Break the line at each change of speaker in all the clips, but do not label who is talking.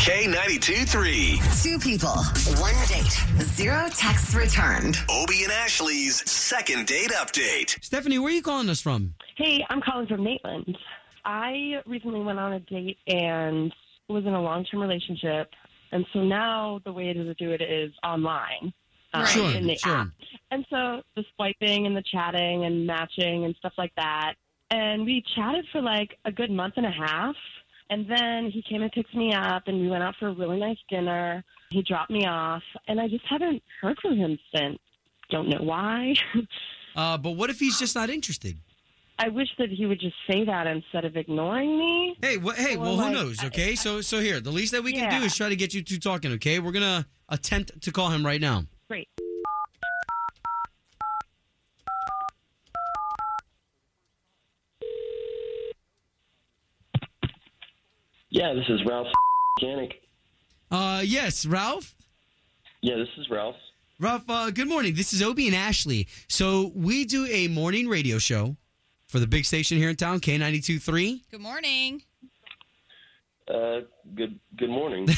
K92 3.
Two people, one date, zero texts returned.
Obie and Ashley's second date update.
Stephanie, where are you calling us from?
Hey, I'm calling from Maitland. I recently went on a date and was in a long term relationship. And so now the way to do it is online. um,
Sure,
in the
sure.
app. And so the swiping and the chatting and matching and stuff like that. And we chatted for like a good month and a half. And then he came and picked me up and we went out for a really nice dinner. He dropped me off and I just haven't heard from him since. Don't know why.
Uh, but what if he's just not interested?
I wish that he would just say that instead of ignoring me.
Hey, wha- hey, well,
Well,
who
like,
knows?
I-
Okay, so so here, the least that we can do
Yeah.
is try to get you two talking. Okay, we're gonna attempt to call him right now.
Great.
Yeah, this is Ralph Mechanic.
Uh, yes, Ralph.
Yeah, this is Ralph.
Ralph, uh, good morning. This is Obie and Ashley. So we do a morning radio show for the big station here in town, K 923
Good morning.
Uh, good good morning.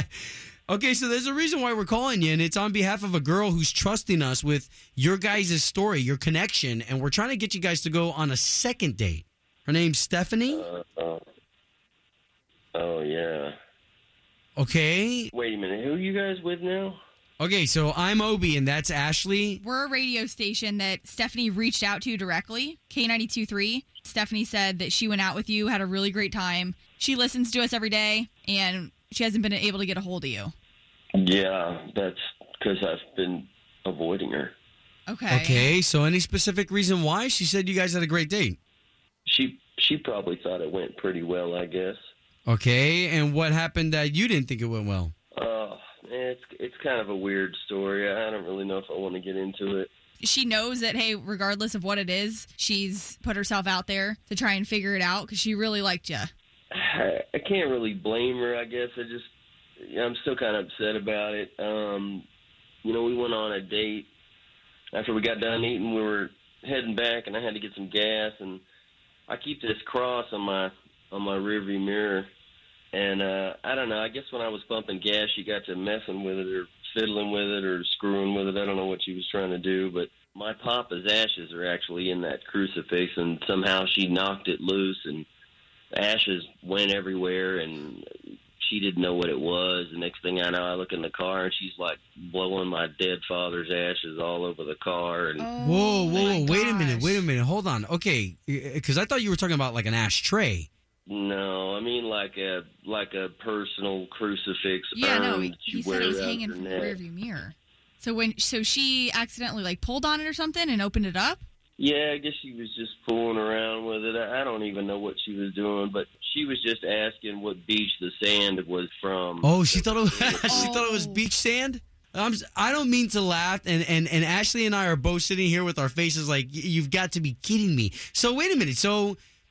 okay, so there's a reason why we're calling you, and it's on behalf of a girl who's trusting us with your guys' story, your connection, and we're trying to get you guys to go on a second date. Her name's Stephanie.
Uh. oh yeah.
Okay.
Wait a minute. Who are you guys with now?
Okay, so I'm Obie, and that's Ashley.
We're a radio station that Stephanie reached out to directly, K92.3. Stephanie said that she went out with you, had a really great time. She listens to us every day, and she hasn't been able to get a hold of you.
Yeah, that's because I've been avoiding her.
Okay.
Okay, so any specific reason why? She said you guys had a great date.
She she probably thought it went pretty well. I guess.
Okay, and what happened that you didn't think it went well?
Oh, it's it's kind of a weird story. I don't really know if I want to get into it.
She knows that, hey, regardless of what it is, she's put herself out there to try and figure it out because she really liked you.
I, I can't really blame her. I guess I just I'm still kind of upset about it. Um, you know, we went on a date after we got done eating. We were heading back, and I had to get some gas, and I keep this cross on my on my rearview mirror. And uh, I don't know. I guess when I was pumping gas, she got to messing with it or fiddling with it or screwing with it. I don't know what she was trying to do, but my papa's ashes are actually in that crucifix, and somehow she knocked it loose and ashes went everywhere and she didn't know what it was. The next thing I know, I look in the car and she's like blowing my dead father's ashes all over the car.
Oh,
And
Whoa, whoa, whoa, wait a minute, wait a minute, hold on. Okay, because I thought you were talking about like an ashtray.
no, I mean like a like a personal crucifix.
Yeah,
urn
no,
that
he,
you
he
wear
said it was
around
hanging
your
from the
neck.
rearview mirror. So when so she accidentally like pulled on it or something and opened it up.
Yeah, I guess she was just fooling around with it. I I don't even know what she was doing, but she was just asking what beach the sand was from.
Oh, she thought it was, she thought it was
Oh.
beach sand. I'm, s- I don't mean to laugh, and, and, and Ashley and I are both sitting here with our faces like "Y- you've got to be kidding me. So wait a minute. So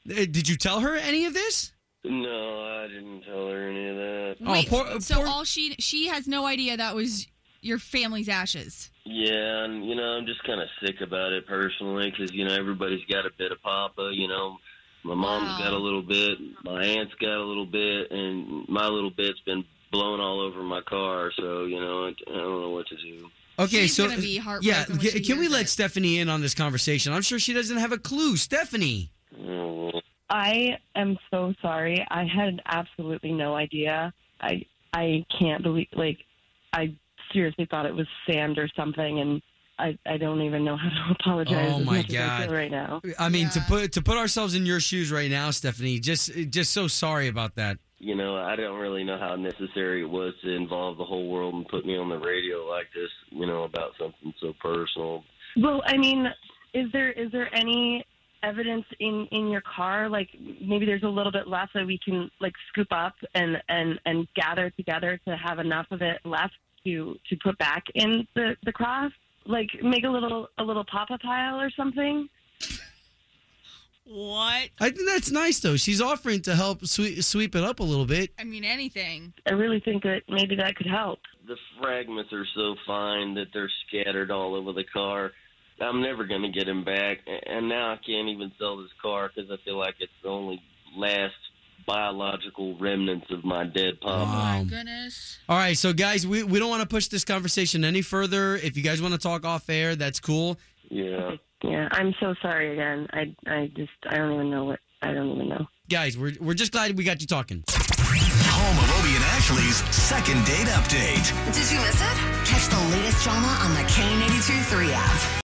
uh, did you tell her any of this?
No, I didn't tell her any of that.
Oh,
Wait,
poor-
so
poor-
all she she has no idea that was your family's ashes.
Yeah, and you know, I'm just kind of sick about it personally because you know everybody's got a bit of Papa. You know, my mom's
Wow.
got a little bit, my aunt's got a little bit, and my little bit's been blown all over my car. So you know, I, I don't know what to do.
Okay,
She's
so uh,
gonna be heartbroken
yeah,
when
ca-
she
can we
hears
let
it.
Stephanie in on this conversation? I'm sure she doesn't have a clue. Stephanie,
Oh, well.
I am so sorry. I had absolutely no idea. I I can't believe like I seriously thought it was sand or something and I, I don't even know how to apologize
Oh,
as
my
much as I
God.
feel right now.
I mean to
Yeah.
put to put ourselves in your shoes right now, Stephanie. Just uh, just so sorry about that.
You know, I don't really know how necessary it was to involve the whole world and put me on the radio like this. You know, about something so personal.
Well, I mean, is there is there any evidence in in your car? Like maybe there's a little bit left that we can like scoop up and and and gather together to have enough of it left to to put back in the the cross. Like make a little a little papa pile or something.
What?
I think that's nice though. She's offering to help sweep sweep it up a little bit.
I mean anything.
I really think that maybe that could help.
the fragments are so fine that they're scattered all over the car. I'm never going to get them back, a- and now I can't even sell this car because I feel like it's the only last biological remnants of my dead
Wow.
Oh
papa.
Um,
goodness.
All right, so guys, we, we don't want to push this conversation any further. If you guys want to talk off air, that's cool.
Yeah.
Yeah, I'm so sorry again. I I just I don't even know what I don't even know.
Guys, we're, we're just glad we got you talking.
Home of Obie and Ashley's second date update.
Did you miss it? Catch the latest drama on the K82 3 app.